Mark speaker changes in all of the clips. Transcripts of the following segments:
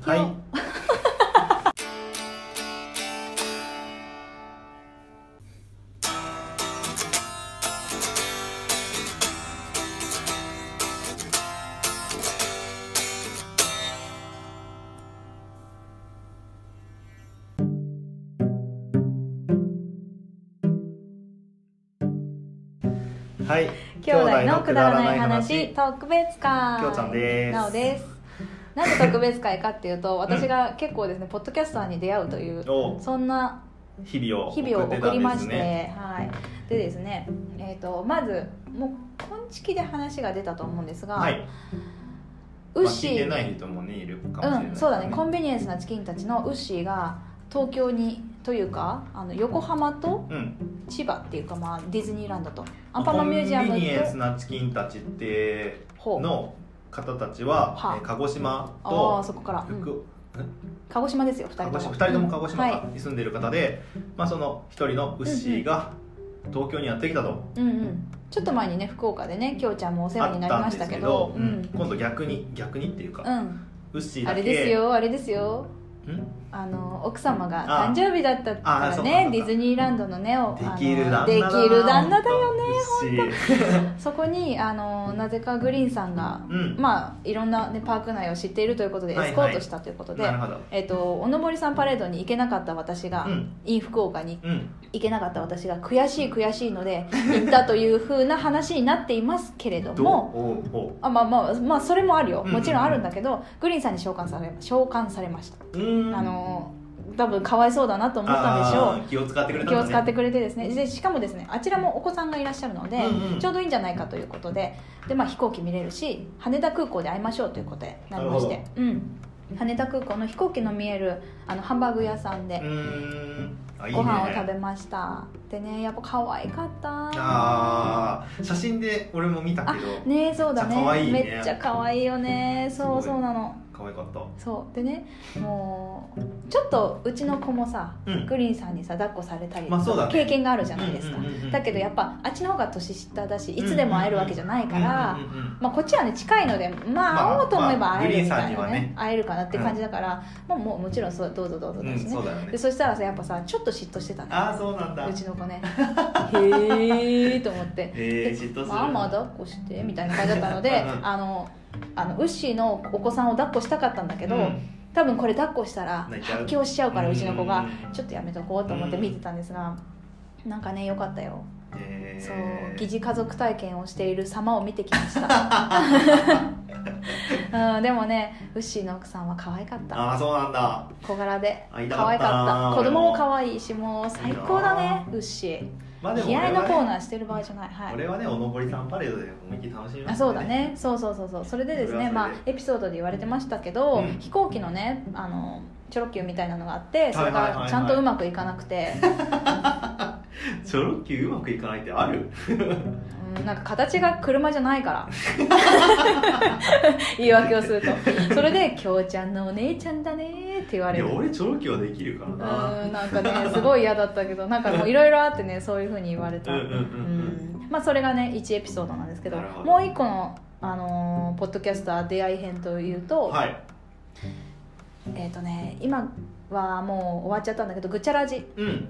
Speaker 1: はい
Speaker 2: よ
Speaker 1: はい
Speaker 2: 兄弟のくだらない話特別会
Speaker 1: きょうちゃんです
Speaker 2: なおですなぜ特別会かっていうと私が結構ですねポッドキャスターに出会うという
Speaker 1: を
Speaker 2: そんな
Speaker 1: 日々を
Speaker 2: 日々を
Speaker 1: って
Speaker 2: 送
Speaker 1: た
Speaker 2: り
Speaker 1: ん
Speaker 2: ま
Speaker 1: です
Speaker 2: して、
Speaker 1: ね
Speaker 2: はい、でですね、えー、とまずもう今月で話が出たと思うんですが、
Speaker 1: はい
Speaker 2: ウッ
Speaker 1: まあ
Speaker 2: シ
Speaker 1: 聞いて
Speaker 2: ー、
Speaker 1: ない人もねいるかもしれない、
Speaker 2: うんそうだねコンビニエンスなチキンたちのウッシーが東京にというかあの横浜と
Speaker 1: うん
Speaker 2: 千葉っていうか、まあ、ディズニーランドとアンパンマンミュージアム
Speaker 1: コ
Speaker 2: と
Speaker 1: ンビニエンスなチキンたちって
Speaker 2: ほう
Speaker 1: の方たちは、
Speaker 2: は
Speaker 1: えー鹿児島
Speaker 2: ああ
Speaker 1: と
Speaker 2: そこから、うん
Speaker 1: 福、
Speaker 2: 鹿児島ですよ2人
Speaker 1: 鹿
Speaker 2: と
Speaker 1: 児
Speaker 2: も
Speaker 1: 島2人とも鹿児
Speaker 2: は
Speaker 1: 島
Speaker 2: い
Speaker 1: に住んでいる方で、まあ、その1人のウッシーが東京にやってきたと
Speaker 2: うんうん、ちょっと前にね福岡でねきょうちゃんもお世
Speaker 1: あ
Speaker 2: 話に
Speaker 1: っ
Speaker 2: なり
Speaker 1: たん
Speaker 2: まし
Speaker 1: で
Speaker 2: た
Speaker 1: す
Speaker 2: け
Speaker 1: け
Speaker 2: ど
Speaker 1: ど、
Speaker 2: う
Speaker 1: うんん、今度逆に逆にっていうか、
Speaker 2: うん
Speaker 1: ウッシーだ
Speaker 2: あ
Speaker 1: け
Speaker 2: れですよあれですよ
Speaker 1: ん
Speaker 2: あの奥様が
Speaker 1: あ
Speaker 2: 誕生日だったか
Speaker 1: あ
Speaker 2: ら
Speaker 1: そう
Speaker 2: ね
Speaker 1: か
Speaker 2: ディズニーランドのねお
Speaker 1: できる
Speaker 2: あ
Speaker 1: 旦那だな
Speaker 2: のできる旦那だよね
Speaker 1: 本
Speaker 2: そこにあのなぜかグリーンさんが、
Speaker 1: 当ウッシーうん、
Speaker 2: まあいろんな、ね、パーク内を知っているということでエ
Speaker 1: はい
Speaker 2: スコートしたということで、
Speaker 1: なるほど
Speaker 2: えっとおのぼりさんパレードに行けなかった私が、
Speaker 1: うん
Speaker 2: イン福岡に
Speaker 1: うん
Speaker 2: 行けなかった私が悔しい悔しいので行ったというふうな話になっていますけれど
Speaker 1: ど
Speaker 2: も
Speaker 1: おうおう
Speaker 2: あまあまあまあそれもあるよ
Speaker 1: うん
Speaker 2: もちろんあるんだけど、グリーンさんに召喚され召喚されました、
Speaker 1: うーん
Speaker 2: あの多分かわいそうだなと思ったんでしょ
Speaker 1: あー気を使ってくれ
Speaker 2: う
Speaker 1: た
Speaker 2: 気
Speaker 1: んだ
Speaker 2: を
Speaker 1: ね
Speaker 2: 使ってくれてですねでしかもですねあちらもお子さんがいらっしゃるので、
Speaker 1: うんうん
Speaker 2: ちょうどいいんじゃないかということでで、まあ、飛行機見れるし羽田空港で会いましょうということになりまして
Speaker 1: なる、
Speaker 2: うん、羽田空港の飛行機の見えるあのハンバーグ屋さんで
Speaker 1: うーんあいいね
Speaker 2: ご飯を食べましたでねやっぱ可愛かった
Speaker 1: あー写真で俺も見たけど
Speaker 2: ねそうだね
Speaker 1: めっちゃ可愛いね
Speaker 2: めっちゃ可愛いよねそう
Speaker 1: す
Speaker 2: そ
Speaker 1: ごいう
Speaker 2: なの
Speaker 1: 可愛かった
Speaker 2: そうでねもうちょっとうちの子もさ、
Speaker 1: うん
Speaker 2: グリーンさんにさ抱っこされたり、
Speaker 1: まあそうだね
Speaker 2: 経験があるじゃないですか、
Speaker 1: うんうんうんうん
Speaker 2: だけどやっぱあっちの方が年下だしいつでも会えるわけじゃないから、
Speaker 1: うんうんうんうん
Speaker 2: まあ、こっちはね近いので
Speaker 1: ま
Speaker 2: まあ
Speaker 1: あ
Speaker 2: 会おうと思えば会えるみ
Speaker 1: まあ
Speaker 2: た
Speaker 1: グ
Speaker 2: い
Speaker 1: リーンさんに
Speaker 2: な
Speaker 1: は
Speaker 2: ね,、
Speaker 1: ね
Speaker 2: 会えるかなって感じだから、まあ、もうもちろんそうどうぞどうぞ
Speaker 1: う
Speaker 2: だ
Speaker 1: ん
Speaker 2: しね、
Speaker 1: そうだよね
Speaker 2: でそしたらさやっぱさちょっと嫉妬してたね
Speaker 1: ああそうなんだ
Speaker 2: うちの子 ねへえと思って
Speaker 1: えー、嫉妬する
Speaker 2: ママ抱っこしてみたいな感じだったので
Speaker 1: うん
Speaker 2: あのあのウッシーのお子さんを抱っこしたかったんだけど、
Speaker 1: うん
Speaker 2: 多分これ抱っこしたら
Speaker 1: 泣いちゃう
Speaker 2: 発狂しちゃうからうちの子が
Speaker 1: うん
Speaker 2: ちょっとやめとこうと思って見てたんですが、なんかねよかったよ、
Speaker 1: えー
Speaker 2: そう疑似家族体験をしている様を見てきまし た、うん、でもねウッシーの奥さんは可愛かった
Speaker 1: ああそうなんだ
Speaker 2: 小柄で
Speaker 1: あいた
Speaker 2: 可
Speaker 1: か
Speaker 2: 愛
Speaker 1: った
Speaker 2: かった子
Speaker 1: 俺も
Speaker 2: 供も可愛いしもう最高だねウッシー
Speaker 1: まあでも
Speaker 2: 気
Speaker 1: 俺
Speaker 2: 合
Speaker 1: は、
Speaker 2: い
Speaker 1: ね、
Speaker 2: のコーナーしてる場合じゃない、はい、
Speaker 1: 俺はねおのぼりさんパレードで思いっきり楽しみま
Speaker 2: あ
Speaker 1: した
Speaker 2: そうだねそうそうそうそうそれでです
Speaker 1: それはそ
Speaker 2: ね
Speaker 1: れで
Speaker 2: まあエピソードで言われてましたけど、
Speaker 1: うん
Speaker 2: 飛行機のねあのチョロ Q みたいなのがあってそ
Speaker 1: は
Speaker 2: れ
Speaker 1: いはいはい
Speaker 2: が
Speaker 1: はい
Speaker 2: ちゃんとうまくいかなくて、
Speaker 1: チョロ Q うまくいかないってある
Speaker 2: うん、なんか形が車じゃないから 言い訳をするとそれで「きょうちゃんのお姉ちゃんだね」って言わ
Speaker 1: い
Speaker 2: れ
Speaker 1: や
Speaker 2: る
Speaker 1: 俺チョロ Q はできるから
Speaker 2: うん
Speaker 1: な
Speaker 2: なんかねすごい嫌だったけどなんかもういろいろあってねそういうふうに言われた、
Speaker 1: うんうんうんうん
Speaker 2: うんまあそれがね1エピソードなんですけど
Speaker 1: なるほど
Speaker 2: もう一個の、あのーポッドキャスター出会い編というと、
Speaker 1: はい
Speaker 2: えっ、とね今はもう終わっちゃったんだけど「ぐちゃらじ
Speaker 1: うん」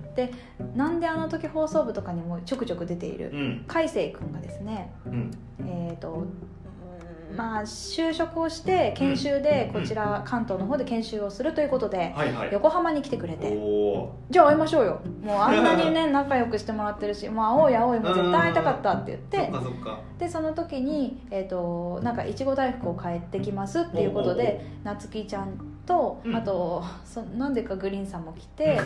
Speaker 2: なんであの時放送部とかにもちょくちょく出ている
Speaker 1: うん
Speaker 2: 海星君がですね
Speaker 1: うん
Speaker 2: えー、とうんまあ就職をして研修で
Speaker 1: うん
Speaker 2: こちら関東の方で研修をするということで
Speaker 1: はいはい
Speaker 2: 横浜に来てくれ
Speaker 1: お
Speaker 2: て
Speaker 1: お
Speaker 2: じゃあ会いましょうよもうあんなに ね仲良くしてもらってるしもう会おうや会おうよもう絶対会いたかったっ
Speaker 1: そ
Speaker 2: て言
Speaker 1: っ
Speaker 2: って
Speaker 1: かそっか
Speaker 2: でその時に、えー、となんかいちご大福を買ってきますっていうことで夏希ちゃんと
Speaker 1: うん
Speaker 2: あとそなんでかグリーンさんも来て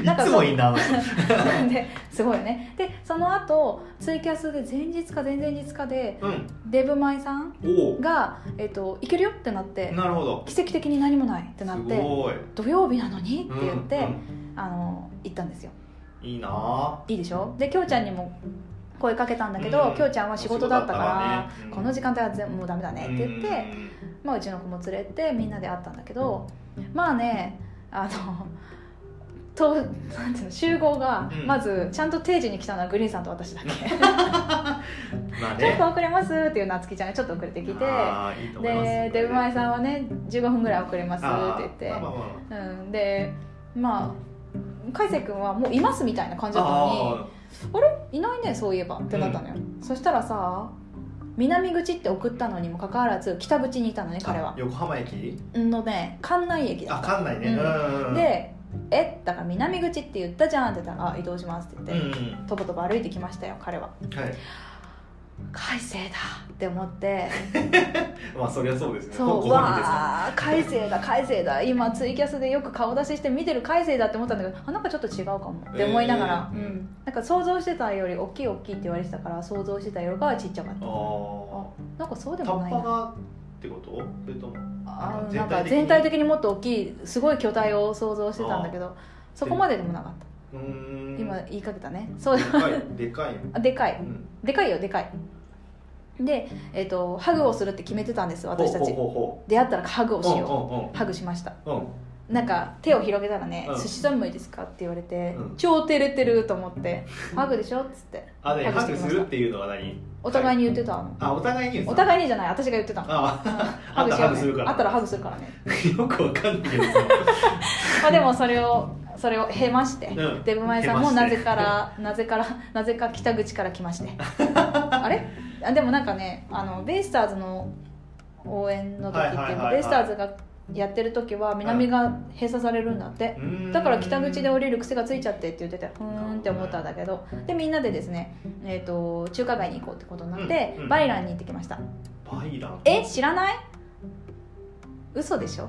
Speaker 1: い
Speaker 2: なんか
Speaker 1: つ
Speaker 2: そ
Speaker 1: も
Speaker 2: う
Speaker 1: いいなあの人
Speaker 2: ですごいよねでその後ツイキャスで前日か前々日かで
Speaker 1: うん
Speaker 2: デブマイさん
Speaker 1: おお
Speaker 2: が、えっといけるよってな って
Speaker 1: なるほど
Speaker 2: 奇跡的に何もないってなっ
Speaker 1: す
Speaker 2: て
Speaker 1: ごいって
Speaker 2: 土曜日なのにって言って、
Speaker 1: うん
Speaker 2: あの行ったんですよ
Speaker 1: うんいいなあ
Speaker 2: いいでしょできょうちゃんにも声かけたんだけど、
Speaker 1: うん
Speaker 2: きょうちゃんは仕事だったか
Speaker 1: お
Speaker 2: ら
Speaker 1: 仕事だったからねうん
Speaker 2: この時間帯は全もうダメだねって言って、う
Speaker 1: うん
Speaker 2: まあ、うちの子も連れてみんなで会ったんだけどまあねあのとなんていうの集合が
Speaker 1: うん
Speaker 2: まずちゃんと定時に来たのはグリーンさんと私だ けち
Speaker 1: まあ
Speaker 2: ょっ
Speaker 1: ね
Speaker 2: と遅れますっていうなつきちゃんがちょっと遅れてきて
Speaker 1: あーいいと思います
Speaker 2: ででうまいさんはね15分ぐらい遅れます
Speaker 1: あ
Speaker 2: って
Speaker 1: ー
Speaker 2: 言って
Speaker 1: まあまあまあ
Speaker 2: うん、でまあ海星君はもういますみたいな感じだったの
Speaker 1: あ
Speaker 2: にあれいないねそういえばってなったのよ、そしたらさ南口って送ったのにもかかわらず北口にいたのね
Speaker 1: ー
Speaker 2: 彼は
Speaker 1: 横浜駅
Speaker 2: のね関内駅だ
Speaker 1: あ
Speaker 2: っ
Speaker 1: 館内ね、
Speaker 2: うん
Speaker 1: うん
Speaker 2: たで「えだから南口って言ったじゃん」って言ったら「あ移動します」って
Speaker 1: うんう
Speaker 2: 言って、
Speaker 1: ん
Speaker 2: とぼとぼ歩いてきましたよ彼は
Speaker 1: はい
Speaker 2: 海星だって思 って
Speaker 1: まあそりゃそうですね
Speaker 2: そう
Speaker 1: こ
Speaker 2: う
Speaker 1: こまでですよ
Speaker 2: わあ改正だ改正だ今ツイキャスでよく顔出しして見てる改正だって思ったんだけどあなんかちょっと違うかもって思いながら、
Speaker 1: えー
Speaker 2: うん、なんか想像してたより大きい大きいって言われてたから想像してたよりはちっちゃかった
Speaker 1: あ
Speaker 2: なんかそうで
Speaker 1: あタ
Speaker 2: もな
Speaker 1: ッ
Speaker 2: い
Speaker 1: パ
Speaker 2: な
Speaker 1: がってことそれとも
Speaker 2: あー
Speaker 1: 全体的に
Speaker 2: なんか全体的にもっと大きいすごい巨体を想像してたんだけどそこまででもなかった
Speaker 1: うーん
Speaker 2: 今
Speaker 1: で
Speaker 2: 言いかけたねそう
Speaker 1: かいでかい、
Speaker 2: あでか
Speaker 1: う
Speaker 2: い
Speaker 1: ん、
Speaker 2: でかいよでかいで、えっとハグをするって決めてたんです私た
Speaker 1: ほ
Speaker 2: ち
Speaker 1: うほ
Speaker 2: 出会ったらハグ
Speaker 1: うほう
Speaker 2: をし
Speaker 1: ほう
Speaker 2: よ
Speaker 1: ほ
Speaker 2: うハグしました
Speaker 1: ううんうん
Speaker 2: なんか手を広げたらね
Speaker 1: うん
Speaker 2: 「寿司三昧ですか?」って言われて、
Speaker 1: うん
Speaker 2: 超照れてると思って「ハグでしょ?」っつって
Speaker 1: あで
Speaker 2: ハ
Speaker 1: ハグ
Speaker 2: グしてきました
Speaker 1: するっていうのは何
Speaker 2: お互い
Speaker 1: に
Speaker 2: に言ってたの、
Speaker 1: あお互いに言うん
Speaker 2: お
Speaker 1: ですか
Speaker 2: 互いにじゃない私が言ってたの、
Speaker 1: あ
Speaker 2: ハ
Speaker 1: あったらハグするから
Speaker 2: あったらハグするからね
Speaker 1: あよくわかんないけど
Speaker 2: まあでもそれをそれをへまして、
Speaker 1: うん
Speaker 2: デブマイさんも
Speaker 1: へま
Speaker 2: な
Speaker 1: して
Speaker 2: ぜからなぜからなぜか北口から来まして あれあでもなんかねあのベイスターズの応援の時っていうか、
Speaker 1: はいはいはいはい
Speaker 2: ベイスターズがやってる時は南が閉鎖されるんだって、
Speaker 1: うーん
Speaker 2: だから北口で降りる癖がついちゃってって言っててふーんって思ったんだけどでみんなでですね、えー、と中華街に行こうってことになって、
Speaker 1: うんうん
Speaker 2: バイランに行ってきました
Speaker 1: バイラン
Speaker 2: え知らない嘘でしょ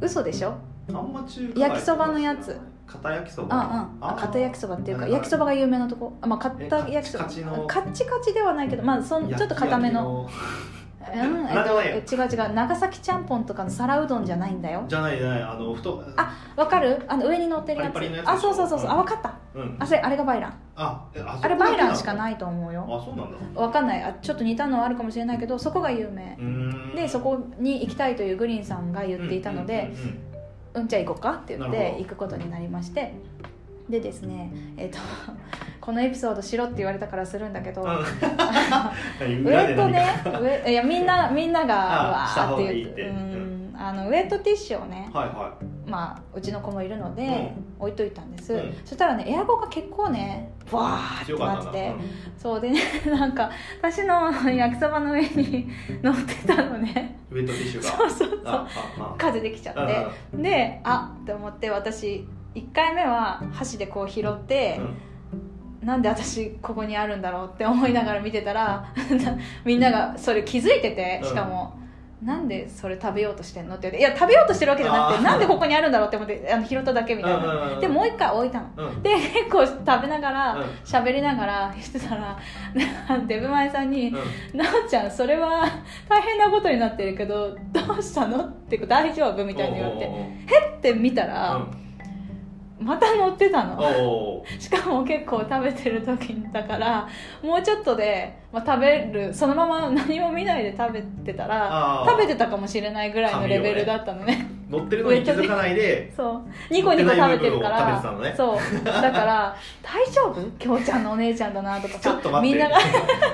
Speaker 2: 嘘でしょ
Speaker 1: あんま中華街とか
Speaker 2: 焼きそばのやつ
Speaker 1: 片焼きそば
Speaker 2: あうんあ片焼き
Speaker 1: き
Speaker 2: そばっていうか
Speaker 1: なんか
Speaker 2: 焼きそばが有名なとこあまあ片
Speaker 1: えカチ
Speaker 2: 焼きそば
Speaker 1: カチの
Speaker 2: カッチカチではないけどまあそんちょっと固めのうんえっ
Speaker 1: なんでも
Speaker 2: と
Speaker 1: ないよ
Speaker 2: え違う違う長崎ちゃんぽんとかの皿うどんじゃないんだよ
Speaker 1: じゃないじゃないあの太
Speaker 2: あわかるあの上に乗ってるやつ
Speaker 1: パリパリのやつでしょ
Speaker 2: あそうそうそうそうあわかった
Speaker 1: うん
Speaker 2: あそれあれがバイラン
Speaker 1: あえあ
Speaker 2: あれバイランしか
Speaker 1: い
Speaker 2: ないと思うよ
Speaker 1: あそうなんだう
Speaker 2: わかんないあちょっと似たのはあるかもしれないけどそこが有名
Speaker 1: ーん
Speaker 2: でそこに行きたいというグリーンさんが言っていたので
Speaker 1: うんうんうんうん
Speaker 2: 「うんじゃあ行こうか」って言っ
Speaker 1: なる
Speaker 2: て
Speaker 1: ほど
Speaker 2: 行くことになりましてでですねえっ、と このエピソードしろって言われたからするんだけど
Speaker 1: うん
Speaker 2: ウ
Speaker 1: 裏
Speaker 2: エ
Speaker 1: で
Speaker 2: ット
Speaker 1: 何か
Speaker 2: ねウエいやみん なみんなが
Speaker 1: あ
Speaker 2: わ
Speaker 1: した
Speaker 2: ー
Speaker 1: 方
Speaker 2: っ
Speaker 1: が
Speaker 2: て
Speaker 1: いい
Speaker 2: 言っ
Speaker 1: ってて
Speaker 2: うんあのウエットティッシュをね
Speaker 1: はいは
Speaker 2: まあうちの子もいるので、
Speaker 1: うん
Speaker 2: 置いといたんです、
Speaker 1: うん
Speaker 2: そしたらねエアコンが結構ねわー
Speaker 1: い
Speaker 2: ってなって
Speaker 1: 強かったん
Speaker 2: て。
Speaker 1: だ
Speaker 2: そうでね なんか私の焼きそばの上に 乗ってたのね
Speaker 1: うんウエットティッシュが
Speaker 2: そうそうそう
Speaker 1: ああ
Speaker 2: 風できちゃ
Speaker 1: あ
Speaker 2: っ
Speaker 1: う
Speaker 2: てであって思って私1回目は箸でこう拾って
Speaker 1: んう、ん
Speaker 2: なんで私ここにあるんだろうって思いながら見てたら みんながそれ気づいててしかも。なんでそれ食べようとしてんのって言っていや食べようとしてるわけじゃなく
Speaker 1: あ
Speaker 2: て
Speaker 1: ー
Speaker 2: なんでここにあるんだろうって思ってあの拾っただけみたいな、
Speaker 1: うんうんうん
Speaker 2: でもう一回置いたの
Speaker 1: うんうん
Speaker 2: で結構食べながら
Speaker 1: うん
Speaker 2: 喋、りながら言ってたらデブマイさんになおちゃんそれは大変なことになってるけどどうしたのって大丈夫みたいに言われてって見たら、また乗ってた
Speaker 1: おーおー
Speaker 2: の
Speaker 1: おーおー
Speaker 2: しかも結構食べてる時にだからもうちょっとで、まあ、食べるそのまま 何も見ないで食べてたら
Speaker 1: あー
Speaker 2: 食べてたかもしれないぐらいのレベルだったのね
Speaker 1: 乗ってるのに気づかないで
Speaker 2: そうニコニコ食べてるか
Speaker 1: 食べ
Speaker 2: ら
Speaker 1: てたのね
Speaker 2: そうだから「大丈夫きょうちゃんのお姉ちゃんだな」とか
Speaker 1: ちょっと待っ
Speaker 2: みん
Speaker 1: て
Speaker 2: なが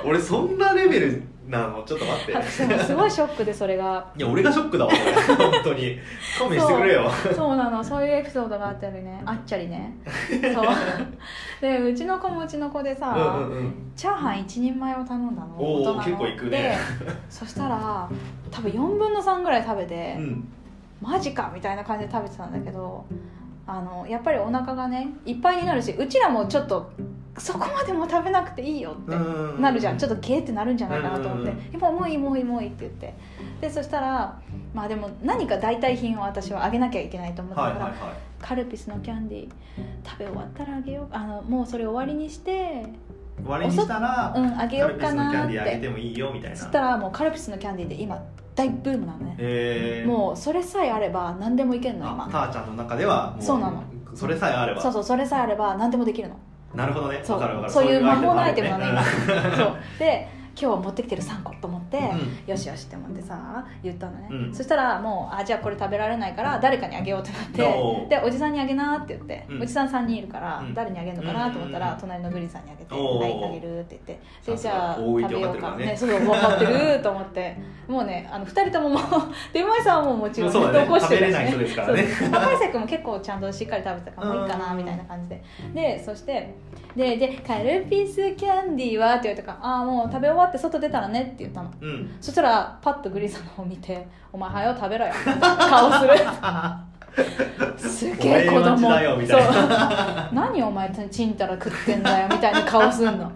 Speaker 1: 俺そんなレベルなのちょっと待って
Speaker 2: すごいショックでそれが。
Speaker 1: いや俺がショックだわこれ本当に勘弁してくれよ
Speaker 2: そうなのそういうエピソードがあったりねあっちゃりね そうでうちの子もうちの子でさ、
Speaker 1: うんうんうん
Speaker 2: チャーハン一人前を頼んだの
Speaker 1: おー
Speaker 2: の
Speaker 1: 結構いくね
Speaker 2: でそしたら多分4分の3ぐらい食べて、
Speaker 1: うん
Speaker 2: マジかみたいな感じで食べてたんだけどあのやっぱりお腹がねいっぱいになるしうちらもちょっとそこまでも食べなくていいよって
Speaker 1: うん
Speaker 2: なるじゃんちょ
Speaker 1: っ
Speaker 2: っとゲーってなるんじゃないかなと思って
Speaker 1: うんうん
Speaker 2: 「もうもういいもういいもういい」って言ってでそしたらまあでも何か代替品を私はあげなきゃいけないと思った
Speaker 1: は
Speaker 2: か
Speaker 1: い
Speaker 2: ら、
Speaker 1: はいは
Speaker 2: カルピスのキャンディー食べ終わったらあげようあのもうそれ終わりにして
Speaker 1: い終わりにしたら
Speaker 2: うんあげようかな
Speaker 1: カ
Speaker 2: っ
Speaker 1: ルピスのキャンディーあげ
Speaker 2: て
Speaker 1: てもいいよみたいな
Speaker 2: そしたらもうカルピスのキャンディーで今大ブームなのね
Speaker 1: えー、
Speaker 2: もうそれさえあれば何でもいけるの
Speaker 1: あ
Speaker 2: 今
Speaker 1: ターちゃんの中ではも
Speaker 2: そうなの
Speaker 1: それさえあれば
Speaker 2: そうそうそれさえあれば何でもできるの
Speaker 1: なるほどね
Speaker 2: そ
Speaker 1: わかるわか
Speaker 2: う
Speaker 1: る
Speaker 2: そういう魔法のアイテムな
Speaker 1: そうい
Speaker 2: の
Speaker 1: う ア
Speaker 2: 今
Speaker 1: イテムあるね
Speaker 2: そうで今日は持ってきてる3個と思っって、
Speaker 1: うん
Speaker 2: よしよしって思ってさ言ったのね、
Speaker 1: うん
Speaker 2: そしたらもうあじゃあこれ食べられないから誰かにあげようってなって
Speaker 1: おー
Speaker 2: でおじさんにあげなって言って、
Speaker 1: うん
Speaker 2: おじさん3人いるから、
Speaker 1: うん
Speaker 2: 誰にあげるのかなと思ったら、
Speaker 1: うん
Speaker 2: 隣のグリさんにあげて「
Speaker 1: おー
Speaker 2: はいあげる」って言って
Speaker 1: さ
Speaker 2: でじ
Speaker 1: すが
Speaker 2: ゃあ
Speaker 1: 多
Speaker 2: 食
Speaker 1: いって
Speaker 2: べ
Speaker 1: 分か
Speaker 2: よ
Speaker 1: って
Speaker 2: う
Speaker 1: るか
Speaker 2: から
Speaker 1: ね
Speaker 2: ねそう分かってると思ってもうねあの2人とももう 出前さんはもうもちろんずっ
Speaker 1: そう
Speaker 2: と
Speaker 1: だね
Speaker 2: 起こして
Speaker 1: 食べれ
Speaker 2: るし
Speaker 1: ない人ですからね
Speaker 2: そう高橋君も結構ちゃんとしっかり食べてたからもういいかな
Speaker 1: うん
Speaker 2: みたいな感じででそしてでで「カルピスキャンディーは?」って言われたから「ああもう食べ終わって外出たらね」って言ったの
Speaker 1: うん
Speaker 2: そしたらパッとグリーンさんの方見て「お前早よ食べろよ」顔するすげえ子
Speaker 1: お前は待
Speaker 2: 供
Speaker 1: ちだよみたい
Speaker 2: そう何お前ちんたら食ってんだよみたいな顔すんの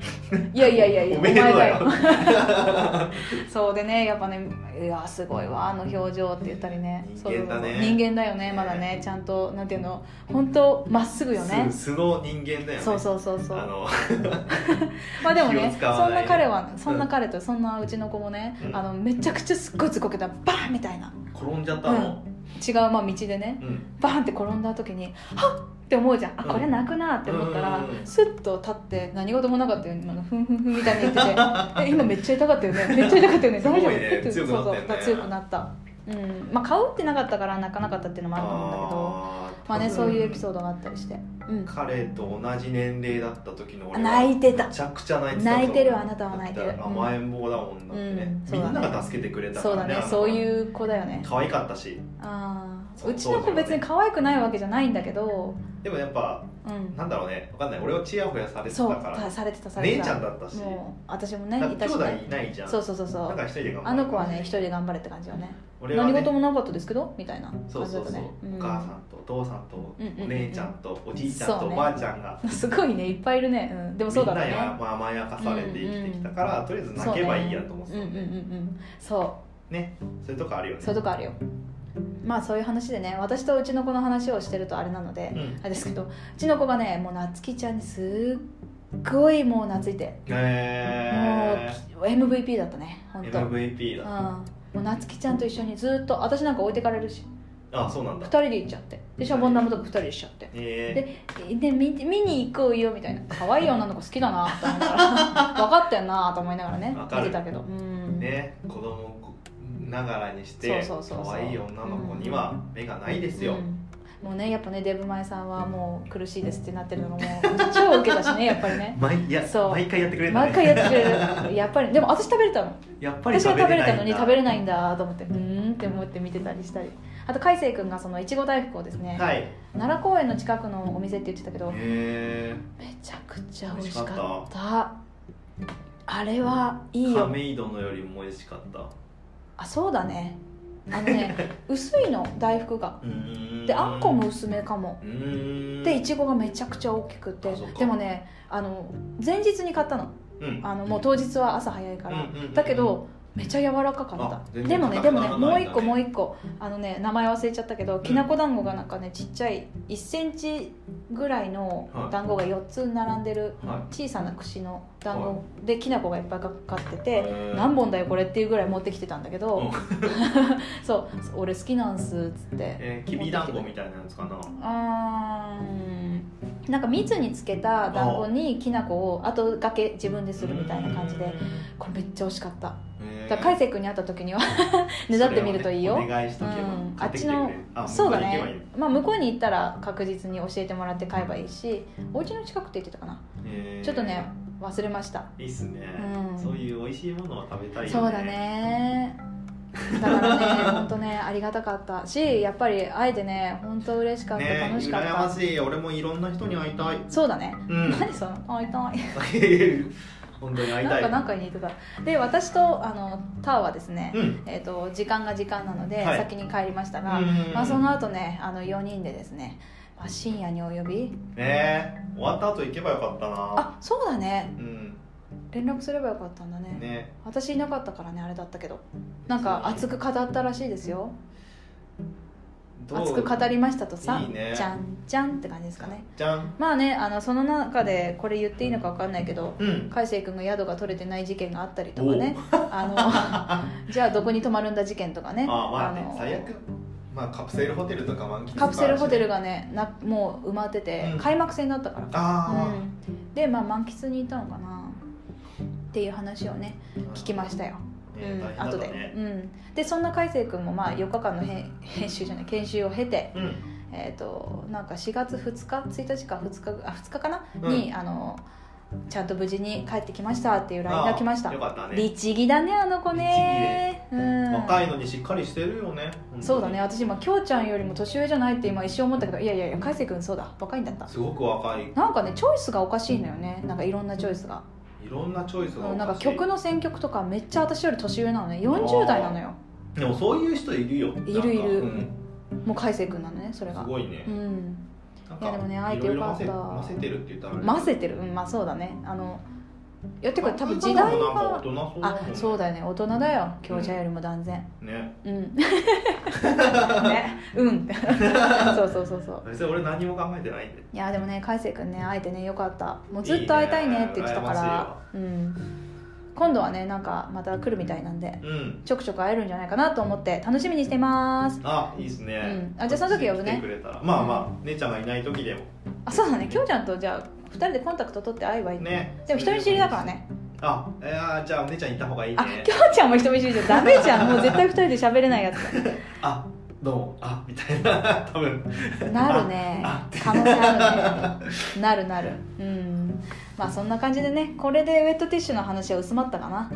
Speaker 2: いやいやいやいや
Speaker 1: おめえのよ
Speaker 2: そうでねやっぱねいやすごいわあの表情って言ったりね
Speaker 1: 人間だね
Speaker 2: そうそうそう人間だよねまだねちゃんとなんていうの本当まっすぐよね
Speaker 1: 素素の人間だよね
Speaker 2: そうそうそうそう
Speaker 1: あの
Speaker 2: まあでも
Speaker 1: 気を
Speaker 2: ね
Speaker 1: 使わ
Speaker 2: そん
Speaker 1: ない
Speaker 2: な彼はそんな彼とそんなうちの子もね、
Speaker 1: うん
Speaker 2: あのめちゃくちゃすっごいずっこけたバーンみたいな
Speaker 1: 転んじゃったの
Speaker 2: 違うまあ道でね
Speaker 1: うん
Speaker 2: バーンって転んだ時にはっって思うじゃんあ
Speaker 1: うん
Speaker 2: これ泣くなって思ったら、
Speaker 1: うん
Speaker 2: スッと立って何事もなかったように今のふんふんふんみたいに言ってて え今めっちゃ痛かったよねめっちゃ痛かったよね
Speaker 1: すご
Speaker 2: 大
Speaker 1: い
Speaker 2: 丈夫
Speaker 1: ね
Speaker 2: って
Speaker 1: 強くなったよね
Speaker 2: そうそう強くなったうんまあ顔打ってなかったから泣かなかったっていうのもあると思うんだけどまあねそういうエピソ
Speaker 1: ード
Speaker 2: ードがあったりして、うん、
Speaker 1: 彼と同じ年齢だった時の俺は
Speaker 2: 泣いてた
Speaker 1: めちゃくちゃ泣いてたと思う
Speaker 2: 泣いてるわあなたは泣いてる
Speaker 1: だって甘えん坊だもんだってね
Speaker 2: うん、そう
Speaker 1: み
Speaker 2: だね
Speaker 1: んなが助けてくれたか
Speaker 2: そう
Speaker 1: ら
Speaker 2: だ
Speaker 1: ね
Speaker 2: ねそう
Speaker 1: う
Speaker 2: いう子だよね
Speaker 1: 可愛かったし
Speaker 2: ああ
Speaker 1: そう
Speaker 2: うちの子別に可愛くないわけじゃないんだけど
Speaker 1: でもやっぱ
Speaker 2: うん
Speaker 1: なんだろうねわかんない俺はチヤホヤされてた
Speaker 2: そう
Speaker 1: か
Speaker 2: されてたさ
Speaker 1: ら
Speaker 2: れて
Speaker 1: 姉
Speaker 2: た
Speaker 1: ちゃんだったし
Speaker 2: もう私もね
Speaker 1: なん
Speaker 2: い
Speaker 1: か
Speaker 2: た
Speaker 1: 兄
Speaker 2: し
Speaker 1: 弟
Speaker 2: ね
Speaker 1: いないじゃん
Speaker 2: そうそうそうそ
Speaker 1: なん
Speaker 2: う
Speaker 1: か一人で頑張る
Speaker 2: あの子はね一人で頑張れって感じよね
Speaker 1: 俺はね
Speaker 2: 何事もなかったですけどみたいな感じ
Speaker 1: そう
Speaker 2: だ
Speaker 1: そ
Speaker 2: っ
Speaker 1: う
Speaker 2: た
Speaker 1: そう、
Speaker 2: ね
Speaker 1: お母さんとお父さんと
Speaker 2: うんうんうんうん
Speaker 1: お姉ちゃんとおじいちゃんと
Speaker 2: そう
Speaker 1: お
Speaker 2: ね
Speaker 1: ばあちゃんが、
Speaker 2: んすごいねいっぱいいるね、うん、でもそうだろう
Speaker 1: みん
Speaker 2: ね
Speaker 1: なやまあ甘やかされて生きてきたから、とりあえず泣けばいいやと思って
Speaker 2: そ
Speaker 1: たん
Speaker 2: うねうん
Speaker 1: で
Speaker 2: うんうんうんそ
Speaker 1: ねそういうとこあるよ
Speaker 2: う
Speaker 1: ね
Speaker 2: そういうとこあるよまあそういう話でね私とうちの子の話をしてるとあれなので、
Speaker 1: うん
Speaker 2: あれですけどうちの子がねもう夏希ちゃんにすっごいもう懐いて、
Speaker 1: え
Speaker 2: もう MVP だったね本
Speaker 1: ー、
Speaker 2: 当。
Speaker 1: MVP
Speaker 2: うん、
Speaker 1: だ、
Speaker 2: もう夏希ちゃんと一緒にずっと私なんか置いてかれるし
Speaker 1: あそうなん
Speaker 2: 2
Speaker 1: だ
Speaker 2: 人で行っちゃってでシャボン玉とか2人でしちゃって
Speaker 1: え
Speaker 2: でで見見に行こうよみたいな可愛い女の子好きだなと 思いながら分かってんなと思いながらね
Speaker 1: わか
Speaker 2: 見
Speaker 1: る
Speaker 2: てたけどうん
Speaker 1: ー、ね子供ながらにして
Speaker 2: そうそうそうそう
Speaker 1: 可愛い女の子には目がないですよ、
Speaker 2: うんもうねやっぱねデブ前さんはもう苦しいですってなってるのがもう超ウケたしねやっぱりね
Speaker 1: 毎いや
Speaker 2: そう
Speaker 1: 毎回やってくれるんだね
Speaker 2: 毎回やってくれるやっぱりでも私食べれたの
Speaker 1: やっぱり
Speaker 2: 私が
Speaker 1: 食べ
Speaker 2: 食
Speaker 1: れ
Speaker 2: べれ
Speaker 1: ない
Speaker 2: た
Speaker 1: んだ
Speaker 2: のに食べれないんだと思ってうーんって思って見てたりしたりあと海星君がそのいちご大福をですね、
Speaker 1: はいへ
Speaker 2: 奈良公園の近くのお店って言ってたけどめ
Speaker 1: え
Speaker 2: ちゃくちゃ美味し
Speaker 1: 美味
Speaker 2: か
Speaker 1: し
Speaker 2: ったあれはいいよ
Speaker 1: 亀戸のよりも美味しかった
Speaker 2: あそうだねあの ね薄いの大福がであんこも薄めかも
Speaker 1: うーん
Speaker 2: でいちごがめちゃくちゃ大きくて
Speaker 1: あそっか
Speaker 2: でもねあの前日に買ったの
Speaker 1: うん
Speaker 2: あのもう当日は朝早いから、
Speaker 1: うんうんうん
Speaker 2: だけどめちゃ柔らかか
Speaker 1: あ
Speaker 2: った
Speaker 1: 全然
Speaker 2: でもねで
Speaker 1: 硬く
Speaker 2: も
Speaker 1: な
Speaker 2: ね
Speaker 1: らないんだね
Speaker 2: もう一個もう一個あのね名前忘れちゃったけどきなこ団子がなんかねちっちゃい1センチぐらいの
Speaker 1: はい
Speaker 2: 団子が4つ並んでる
Speaker 1: は
Speaker 2: 小さな串の団子できなこがいっぱいかかって
Speaker 1: い、
Speaker 2: て何本だよこれっていうぐらい持ってきてたんだけど そう俺好きなんすっつって
Speaker 1: えー、きびだんごみたいなやつかな
Speaker 2: あーなんか蜜につけた団子にきな粉を後掛け自分でするみたいな感じでこれめっちゃ美味しかっただから海
Speaker 1: せ
Speaker 2: 星君に会った時には ねだってみるといいよ、
Speaker 1: お願いしとけば、
Speaker 2: うん
Speaker 1: 買てきてくれるあ
Speaker 2: そうだ
Speaker 1: 向こうに行けばいい
Speaker 2: ね
Speaker 1: の、
Speaker 2: まあ、向こうに行ったら確実に教えてもらって買えばいいしお家の近くって言ってたかな
Speaker 1: えー
Speaker 2: ちょっとね忘れました
Speaker 1: いいっすね、
Speaker 2: うん
Speaker 1: そういう美味しいものは食べたいよね
Speaker 2: そうだねだからね本当ねありがたかったしやっぱり会えてね本当嬉しかった、
Speaker 1: ね
Speaker 2: 楽しかっ
Speaker 1: 羨ま
Speaker 2: た
Speaker 1: しい俺もいろんな人に会いたい
Speaker 2: そうだね、
Speaker 1: うん
Speaker 2: 何その会いたい
Speaker 1: 本当に会い
Speaker 2: な
Speaker 1: た
Speaker 2: ん
Speaker 1: い
Speaker 2: かなんか似てたで私とあのターはですね、
Speaker 1: うん
Speaker 2: えー、と時間が時間なので、
Speaker 1: はい
Speaker 2: 先に帰りましたが、
Speaker 1: うん
Speaker 2: まあ、その後ねあの4人でですね、まあ、深夜に及び
Speaker 1: ね終わった後行けばよかったな
Speaker 2: あそうだね
Speaker 1: うん
Speaker 2: 連絡すればよかったんだね
Speaker 1: ね
Speaker 2: 私いなかったからねあれだったけどなんか熱く語ったらしいですよ
Speaker 1: どう
Speaker 2: 熱く語りましたとさ
Speaker 1: いいね
Speaker 2: じゃんじゃんって感じですかね
Speaker 1: じゃん
Speaker 2: まあねあのその中でこれ言っていいのか分かんないけど
Speaker 1: うん
Speaker 2: 海星君が宿が取れてない事件があったりとかね あのじゃあどこに泊まるんだ事件とかね
Speaker 1: あまあね
Speaker 2: の
Speaker 1: 最悪まあカプセルホテルとか満喫
Speaker 2: カプセルホテル
Speaker 1: が
Speaker 2: がねなもう埋まってて、
Speaker 1: うん
Speaker 2: 開幕戦だったから
Speaker 1: あ
Speaker 2: うんでまあ満喫に行ったのかなっていう話をね
Speaker 1: あ
Speaker 2: 聞きましたよ、
Speaker 1: ねね大変だっ
Speaker 2: 後
Speaker 1: た
Speaker 2: で、
Speaker 1: ね
Speaker 2: うん、でそんな海星君もまあ4日間の編 編集じゃない研修を経て、
Speaker 1: うん
Speaker 2: えー、となんか4月2日1日か2日あ2日かな、
Speaker 1: うん
Speaker 2: にあのちゃんと無事に帰ってきましたっていう LINE が来ました
Speaker 1: あよかったね
Speaker 2: 律儀だねあの子ねうん
Speaker 1: 若いのにしっかりしてるよね本当に
Speaker 2: そうだね私今きょうちゃんよりも年上じゃないって今一瞬思ったけどいやいやいや海星君そうだ若いんだった
Speaker 1: すごく若いい
Speaker 2: なんかねチョイスがおかしいのよねなんかいろんなチョイスが
Speaker 1: ろんなチョイスがおかし
Speaker 2: う
Speaker 1: い
Speaker 2: んなんか曲の選曲とかめっちゃ私より年上なのね40代なのよ
Speaker 1: でもそういう人いるよ
Speaker 2: いるいる
Speaker 1: なんか
Speaker 2: もう海星君なのねそれ
Speaker 1: うん、す
Speaker 2: が
Speaker 1: ごいね
Speaker 2: うん
Speaker 1: なん
Speaker 2: いやでもね会えてよかった
Speaker 1: いろいろ混ぜ混ぜてるって言ったらあれ
Speaker 2: 混ぜてるうんまあそうだねあのいやてか多分時代
Speaker 1: なんか大
Speaker 2: が
Speaker 1: 人そうだ
Speaker 2: あ
Speaker 1: もんね
Speaker 2: そうだよね大人だよ強者よりも断然
Speaker 1: ね
Speaker 2: うん ねうん そうそうそうそう
Speaker 1: 別に俺何も考えてないんで
Speaker 2: いやでもね海星君ね会えてねよかったもうずっと会いたいねって言ってたからうん今度はねなんかまた来るみたいなんで
Speaker 1: うん
Speaker 2: ちょくちょく会えるんじゃないかなと思って楽しみにしてます
Speaker 1: あいいですね、
Speaker 2: うんあじゃあその時呼ぶね
Speaker 1: 来てくれたらまあまあ姉ちゃんがいない時でも
Speaker 2: あそうだねきょうちゃんとじゃあ2人でコンタクト取って会えばいいね
Speaker 1: ね
Speaker 2: でも人見知りだからね
Speaker 1: あいやじゃあ姉ちゃんいた方がいい
Speaker 2: あ
Speaker 1: ね
Speaker 2: きょうちゃんも人見知りじゃダメじゃんもう絶対2人で喋れないやつ
Speaker 1: あどうもあみたいな 多分
Speaker 2: なるね
Speaker 1: あ
Speaker 2: 可能性あるねなるなるうんまあそんな感じでねこれでウェットティッシュの話は薄まったかな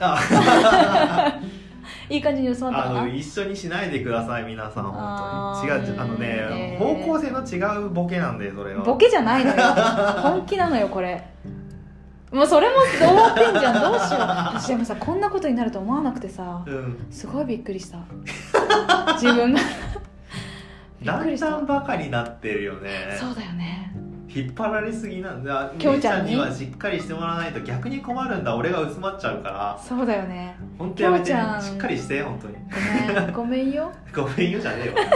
Speaker 1: あ
Speaker 2: いい感じに薄まったか
Speaker 1: あ
Speaker 2: な
Speaker 1: の一緒にしないでください皆さん本当
Speaker 2: あ
Speaker 1: に
Speaker 2: ー
Speaker 1: 違うあのね
Speaker 2: えー
Speaker 1: 方向性の違うボケなんでそれは
Speaker 2: ボケじゃないのよ本気なのよこれもうそれもどう思ってんじゃんどうしよう私でもさこんなことになると思わなくてさ
Speaker 1: うん
Speaker 2: すごいびっくりした自分がびっ
Speaker 1: だ
Speaker 2: くり
Speaker 1: ん
Speaker 2: した
Speaker 1: だんバカになってるよね
Speaker 2: そうだよね
Speaker 1: 引っ張られすぎなんだ
Speaker 2: きょう
Speaker 1: 姉
Speaker 2: ち
Speaker 1: ち
Speaker 2: ゃ
Speaker 1: ゃ
Speaker 2: ん
Speaker 1: ん
Speaker 2: に
Speaker 1: にはしっかりしてもらわないと逆に困るんだ俺が薄まっちゃうから
Speaker 2: そうだよね
Speaker 1: 本当やめて
Speaker 2: きょうちゃん
Speaker 1: しっかりして本当に
Speaker 2: ごめんごめんよ
Speaker 1: ごめんよじゃね えよちょっ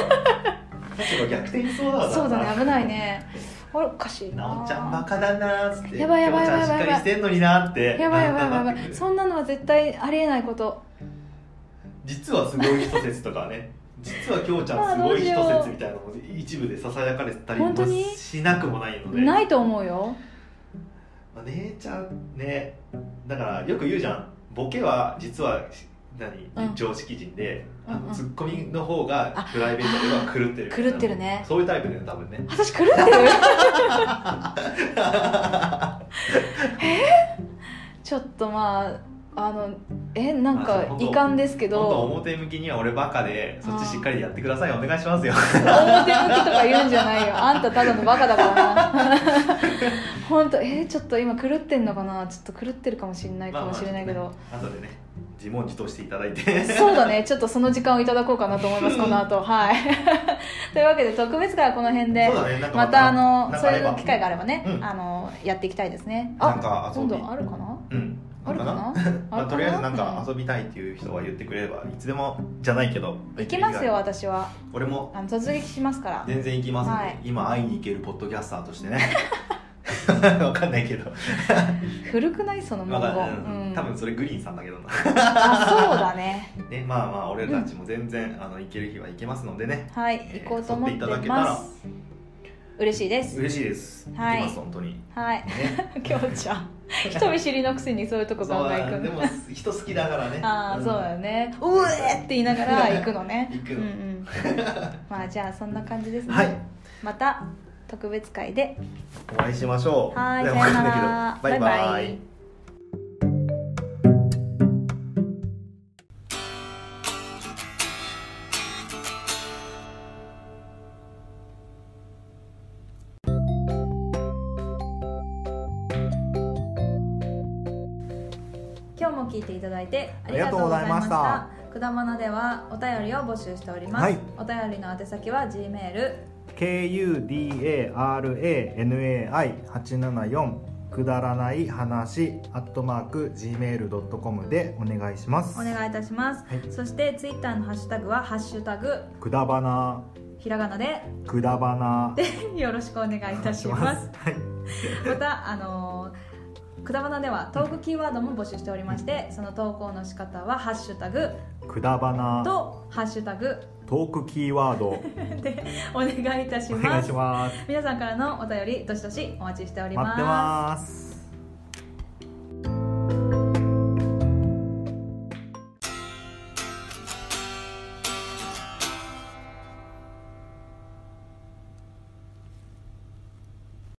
Speaker 1: と逆転しそうだわ
Speaker 2: そうだね危ないねあれおかしいな
Speaker 1: なおちゃんバカだなーっつって
Speaker 2: やばいやばい
Speaker 1: きょうちゃん
Speaker 2: やばい
Speaker 1: しっかりしてんのになーって
Speaker 2: やばいやばいやばいやば
Speaker 1: だんだんなってく
Speaker 2: い
Speaker 1: る
Speaker 2: そんなのは絶対ありえないこと
Speaker 1: 実はすごい人説とかね実はきょうちゃんすごい人説みたいなのも一部でささやかれたりも
Speaker 2: 本当に
Speaker 1: しなくもないので
Speaker 2: ないと思うよ
Speaker 1: まあ姉ちゃんねだからよく言うじゃんボケは実は何、
Speaker 2: うん
Speaker 1: 常識人で、あ
Speaker 2: うんう
Speaker 1: の
Speaker 2: ん
Speaker 1: ツッコミの方がプライベートでは狂ってるみたいな
Speaker 2: 狂ってるね
Speaker 1: そういうタイプだよね多分ね
Speaker 2: 私 狂ってるえちょっとまああのえなん
Speaker 1: まあ
Speaker 2: か
Speaker 1: そう
Speaker 2: 遺憾ですけ
Speaker 1: 本当
Speaker 2: ど
Speaker 1: 表向きには俺バカでそっちしっかりやってくださいお願いしますよ
Speaker 2: 表向きとか言うんじ ゃないよあんたただのバカだからな本当えちょっと今狂ってんのかなちょっと狂ってるかもしれないかもしれないけど、
Speaker 1: まあまあちょっとね後でね自問自答していただいて
Speaker 2: そうだねちょっとその時間をいただこうかなと思いますこの後はい というわけで特別会はこの辺で
Speaker 1: そうだねなんか
Speaker 2: またあの
Speaker 1: なん
Speaker 2: そ
Speaker 1: かあ
Speaker 2: う
Speaker 1: れ
Speaker 2: い
Speaker 1: ば
Speaker 2: う機会があればね、
Speaker 1: うん
Speaker 2: あのやっていきたいですね
Speaker 1: なんか
Speaker 2: あ
Speaker 1: 遊
Speaker 2: 今
Speaker 1: び
Speaker 2: 度あるかな
Speaker 1: うん
Speaker 2: あるかな
Speaker 1: なんか
Speaker 2: あるか
Speaker 1: まあ、とりあえずなんか
Speaker 2: う
Speaker 1: 遊びたいっていう人は言ってくれればいつでもじゃないけど
Speaker 2: 行きますよ私は
Speaker 1: 俺も
Speaker 2: あの突撃しますから
Speaker 1: 全然行きますんで、
Speaker 2: はい
Speaker 1: 今会いに行けるポッドキャスターとして ねわかんないけど
Speaker 2: 古くないその
Speaker 1: わ
Speaker 2: 文言、
Speaker 1: かんない、うん
Speaker 2: うん
Speaker 1: 多分それグリーンさんだけどな、
Speaker 2: あそう だね
Speaker 1: ね、まあまあ俺たちも全然、あの行ける日は行けますのでね
Speaker 2: はい行こうと思っ
Speaker 1: 誘っていただ
Speaker 2: て
Speaker 1: けたら
Speaker 2: ます嬉しいです
Speaker 1: 嬉しいです、
Speaker 2: はい
Speaker 1: 行きます本当 に
Speaker 2: はい
Speaker 1: ね
Speaker 2: きょうちゃん人見知りのくせにそういうとこ
Speaker 1: そ
Speaker 2: ガン
Speaker 1: う
Speaker 2: ガン 行
Speaker 1: で
Speaker 2: く
Speaker 1: も人好きだからね
Speaker 2: ああ
Speaker 1: ん
Speaker 2: そうだよね「うえ!」って言いながら行くのね
Speaker 1: 行くの
Speaker 2: うんうん、まあじゃあそんな感じですね、
Speaker 1: はい
Speaker 2: また特別会で
Speaker 1: お会いしましょう
Speaker 2: はい
Speaker 1: でも
Speaker 2: さよなら
Speaker 1: わかんないけどバイバ
Speaker 2: バイバ
Speaker 1: イ
Speaker 2: イ今日も聞いていただいてありがとうございました
Speaker 1: あ
Speaker 2: くだまなではお便りを募集しております、
Speaker 1: はい
Speaker 2: お便りの宛先は G メール
Speaker 1: kudaranai874 くだらない話アットマーク gmail.com でお願いします
Speaker 2: お願いいたします、
Speaker 1: はい
Speaker 2: そしてツイッターのハッシュタグは「ハッシュタグ
Speaker 1: くだばな
Speaker 2: ひらがなで
Speaker 1: くだばな」
Speaker 2: でよろしくお願いいたします
Speaker 1: はい
Speaker 2: またあのーくだばなではトークキーワードも募集しておりましてその投稿の仕方は「ハッシュタグ
Speaker 1: くだば」な
Speaker 2: と「ハッシュタグ
Speaker 1: トークキーワード」
Speaker 2: でお願いいたし
Speaker 1: お
Speaker 2: ま
Speaker 1: 願い
Speaker 2: す
Speaker 1: します
Speaker 2: 皆さんからのお便りどしどしお待ちしており
Speaker 1: 待ってます